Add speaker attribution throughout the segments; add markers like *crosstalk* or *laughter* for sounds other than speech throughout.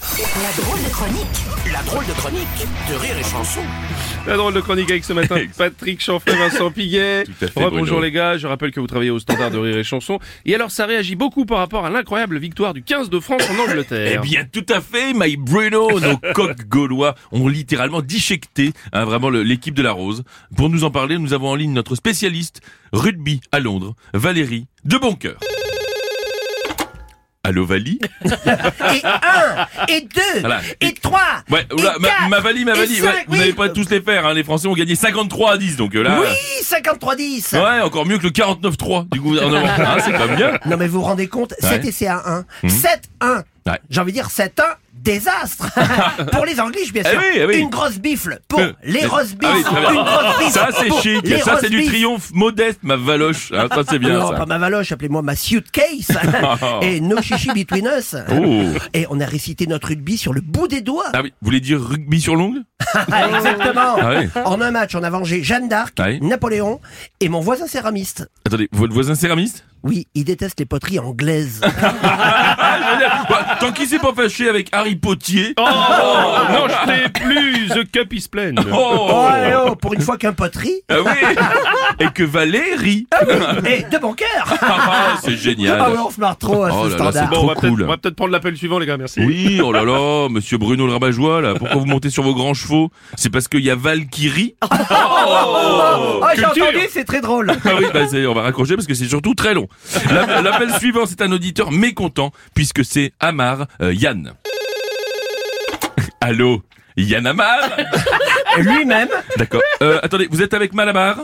Speaker 1: La drôle de chronique.
Speaker 2: La drôle de chronique de Rire et Chanson.
Speaker 3: La drôle de chronique avec ce matin
Speaker 4: *laughs*
Speaker 3: Patrick Chanfray, Vincent Piguet.
Speaker 4: Tout à fait,
Speaker 3: Bonjour
Speaker 4: Bruno.
Speaker 3: les gars, je rappelle que vous travaillez au standard de rire et chanson. Et alors ça réagit beaucoup par rapport à l'incroyable victoire du 15 de France en
Speaker 4: Eh
Speaker 3: Angleterre.
Speaker 4: bien, tout à fait, my Bruno,
Speaker 5: *laughs*
Speaker 4: nos coqs gaulois ont littéralement disjecté hein, vraiment le- l'équipe de la Rose. Pour nous en parler, nous avons en ligne notre spécialiste rugby à Londres, Valérie de Boncoeur. Allô, Vali
Speaker 5: et un, et deux,
Speaker 4: Voilà.
Speaker 5: et trois.
Speaker 4: Ouais,
Speaker 5: et
Speaker 4: oula, ma,
Speaker 5: quatre,
Speaker 4: ma Vali, ma
Speaker 5: et
Speaker 4: Vali.
Speaker 5: cinq,
Speaker 4: ouais, vous
Speaker 5: oui.
Speaker 4: n'allez pas tous les faire, hein, les Français ont gagné 53 à 10, donc euh, là... euh,
Speaker 5: Oui, 53-10.
Speaker 4: Ouais, encore mieux que le 49-3 du
Speaker 5: *laughs*
Speaker 4: gouvernement, hein, c'est pas bien.
Speaker 5: Non mais vous vous rendez compte,
Speaker 4: Ouais. Hmm.
Speaker 5: c'était c'est un 1. 7-1.
Speaker 4: Ouais.
Speaker 5: J'ai envie de dire 7-1.
Speaker 4: *laughs*
Speaker 5: Désastre pour les Anglais, bien sûr.
Speaker 4: Eh oui, eh oui.
Speaker 5: Une grosse bifle pour
Speaker 4: Euh,
Speaker 5: Oh, les
Speaker 4: euh,
Speaker 5: roast
Speaker 4: ah oui,
Speaker 5: beef.
Speaker 4: très bien.
Speaker 5: Une grosse bifle.
Speaker 4: Ça c'est
Speaker 5: pour
Speaker 4: chic,
Speaker 5: les
Speaker 4: ça c'est du
Speaker 5: roast beef.
Speaker 4: triomphe modeste, ma valoche, hein, ça c'est bien
Speaker 5: non,
Speaker 4: ça.
Speaker 5: pas ma valoche, appelez-moi ma
Speaker 4: *laughs*
Speaker 5: suitcase. et no chichi between us.
Speaker 4: Oh.
Speaker 5: Et on a récité notre rugby sur le bout des doigts.
Speaker 4: Ah oui, vous voulez dire rugby sur l'ongle
Speaker 5: Ah, Exactement.
Speaker 4: Ah oui.
Speaker 5: En un match, on a vengé Jeanne d'Arc,
Speaker 4: Ah oui.
Speaker 5: Napoléon et mon voisin céramiste.
Speaker 4: Attendez, votre voisin céramiste
Speaker 5: Oui, il déteste les poteries anglaises. Ah,
Speaker 4: Bah, Tant qu'il s'est pas fâché avec Harry Potier.
Speaker 3: Oh non, je t'ai plus, The Cup is plain.
Speaker 5: Oh,
Speaker 4: *laughs* Oh
Speaker 5: allez, oh, pour une fois
Speaker 4: *laughs*
Speaker 5: qu'un poterie
Speaker 4: Ah oui Et que Valérie
Speaker 5: et de bon cœur.
Speaker 4: Ah, C'est génial
Speaker 5: Ah ouais, on se marre trop à
Speaker 4: Oh
Speaker 5: ce
Speaker 4: là là, c'est
Speaker 5: standard.
Speaker 3: Bon, on va
Speaker 4: Trop
Speaker 3: peut-être
Speaker 4: cool.
Speaker 3: on va peut-être prendre l'appel suivant les gars, merci.
Speaker 4: Oui, oh là là, monsieur Bruno le rabat-joie, là, pourquoi vous montez sur vos grands chevaux C'est parce qu'il y a Ah Val qui rit
Speaker 5: Oh, j'ai
Speaker 3: culture.
Speaker 5: entendu, c'est très drôle.
Speaker 4: Ah oui, bah c'est- on va raccrocher parce que c'est surtout très long. L'appel l'appel suivant, c'est un auditeur mécontent puisque c'est Amar euh, Yann. Allô Yann Amar
Speaker 5: Lui-même.
Speaker 4: *laughs* D'accord. Euh, attendez, vous êtes avec Malamar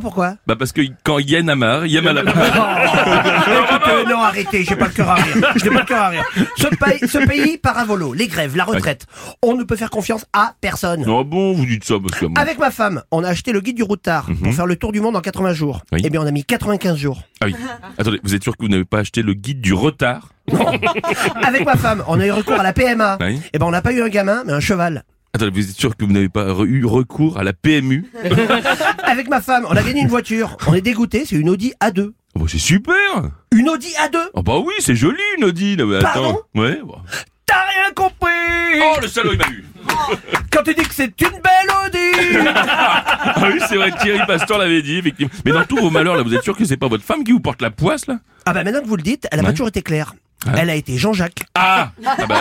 Speaker 4: *laughs*
Speaker 5: pourquoi
Speaker 4: Bah parce que quand Yann a marre, Yann a marre.
Speaker 5: Eh, Écoute, euh, non, arrêtez, j'ai pas le cœur à rire. J'ai pas le cœur à rire. Ce pays, ce pays par un volo, les grèves, la retraite. On ne peut faire confiance à personne.
Speaker 4: Non bon, vous dites ça parce que...
Speaker 5: Avec ma femme, on a acheté le guide du routard pour faire le tour du monde en 80 jours.
Speaker 4: Mhm. Oui.
Speaker 5: Eh bien, on a mis 95 jours.
Speaker 4: Ah oui. Attendez, vous êtes sûr que vous n'avez pas acheté le guide du retard
Speaker 5: Avec ma femme, on a eu recours à la PMA.
Speaker 4: Oui.
Speaker 5: Eh ben, on n'a pas eu un gamin, mais un cheval.
Speaker 4: hein Attendez, vous êtes sûr que vous n'avez pas re- eu recours à la PMU
Speaker 5: Avec ma femme, on a gagné une voiture. On est dégoûté, c'est une Audi A2.
Speaker 4: Oh bah c'est super
Speaker 5: Une Audi A2
Speaker 4: Oh bah oui, c'est joli une Audi là, mais attends.
Speaker 5: Pardon
Speaker 4: Ouais. bah.
Speaker 5: T'as rien compris
Speaker 4: Oh le salaud il m'a eu
Speaker 5: Quand tu dis que c'est une belle Audi
Speaker 4: Ah oui, c'est vrai, Thierry Pastor l'avait dit, effectivement. Mais dans tous vos malheurs là, vous êtes sûr que c'est pas votre femme qui vous porte la poisse là
Speaker 5: Ah bah maintenant que vous le dites, elle a
Speaker 4: Ouais.
Speaker 5: pas toujours été claire. Elle a été Jean-Jacques.
Speaker 4: Ah, ah bah,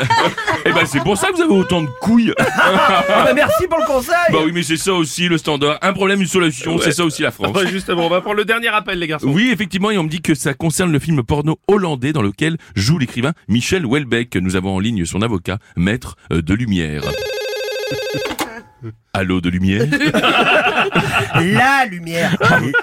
Speaker 4: Eh bah c'est pour ça que vous avez autant de couilles
Speaker 5: Ah bah merci pour le conseil
Speaker 4: Bah oui mais c'est ça aussi le standard, un problème, une solution, c'est ça aussi la France.
Speaker 3: Ouais, Ah bah, justement, on va prendre le dernier appel les garçons.
Speaker 4: Oui, effectivement, et on me dit que ça concerne le film porno hollandais dans lequel joue l'écrivain Michel Houellebecq. Nous avons en ligne son avocat, maître euh, de *laughs* lumière. Allô de lumière
Speaker 5: La lumière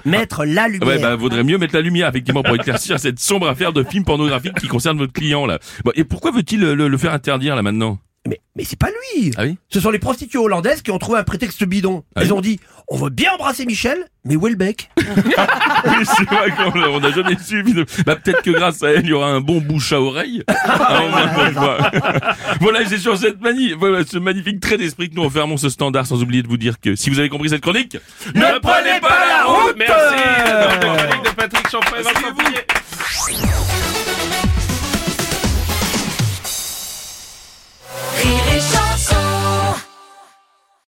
Speaker 5: Mettre la lumière
Speaker 4: Ah Ouais, bah vaudrait mieux mettre la lumière, effectivement, pour éclaircir cette sombre affaire de film pornographique qui concerne votre client, là. Bon, et pourquoi veut-il euh, le, le faire interdire, là, maintenant
Speaker 5: Mais, mais c'est pas lui
Speaker 4: Ah oui
Speaker 5: Ce sont les prostituées hollandaises qui ont trouvé un prétexte bidon.
Speaker 4: Ah
Speaker 5: Elles
Speaker 4: oui
Speaker 5: ont dit, on veut bien embrasser Michel, mais où est le bec
Speaker 4: Oui, c'est vrai qu'on on n'a jamais su. mais- Bah, peut-être que grâce à elle, il y aura un bon bouche à oreille. Ah, on va pas le voir. voilà, et c'est sur cette mani- voilà, ce magnifique trait d'esprit que nous refermons ce standard, sans oublier de vous dire que si vous avez compris cette chronique, ne prenez pas la route
Speaker 3: Merci, la drôle de chronique de Patrick Chanfray, Vincent
Speaker 4: Suivez-vous.
Speaker 3: Piguet.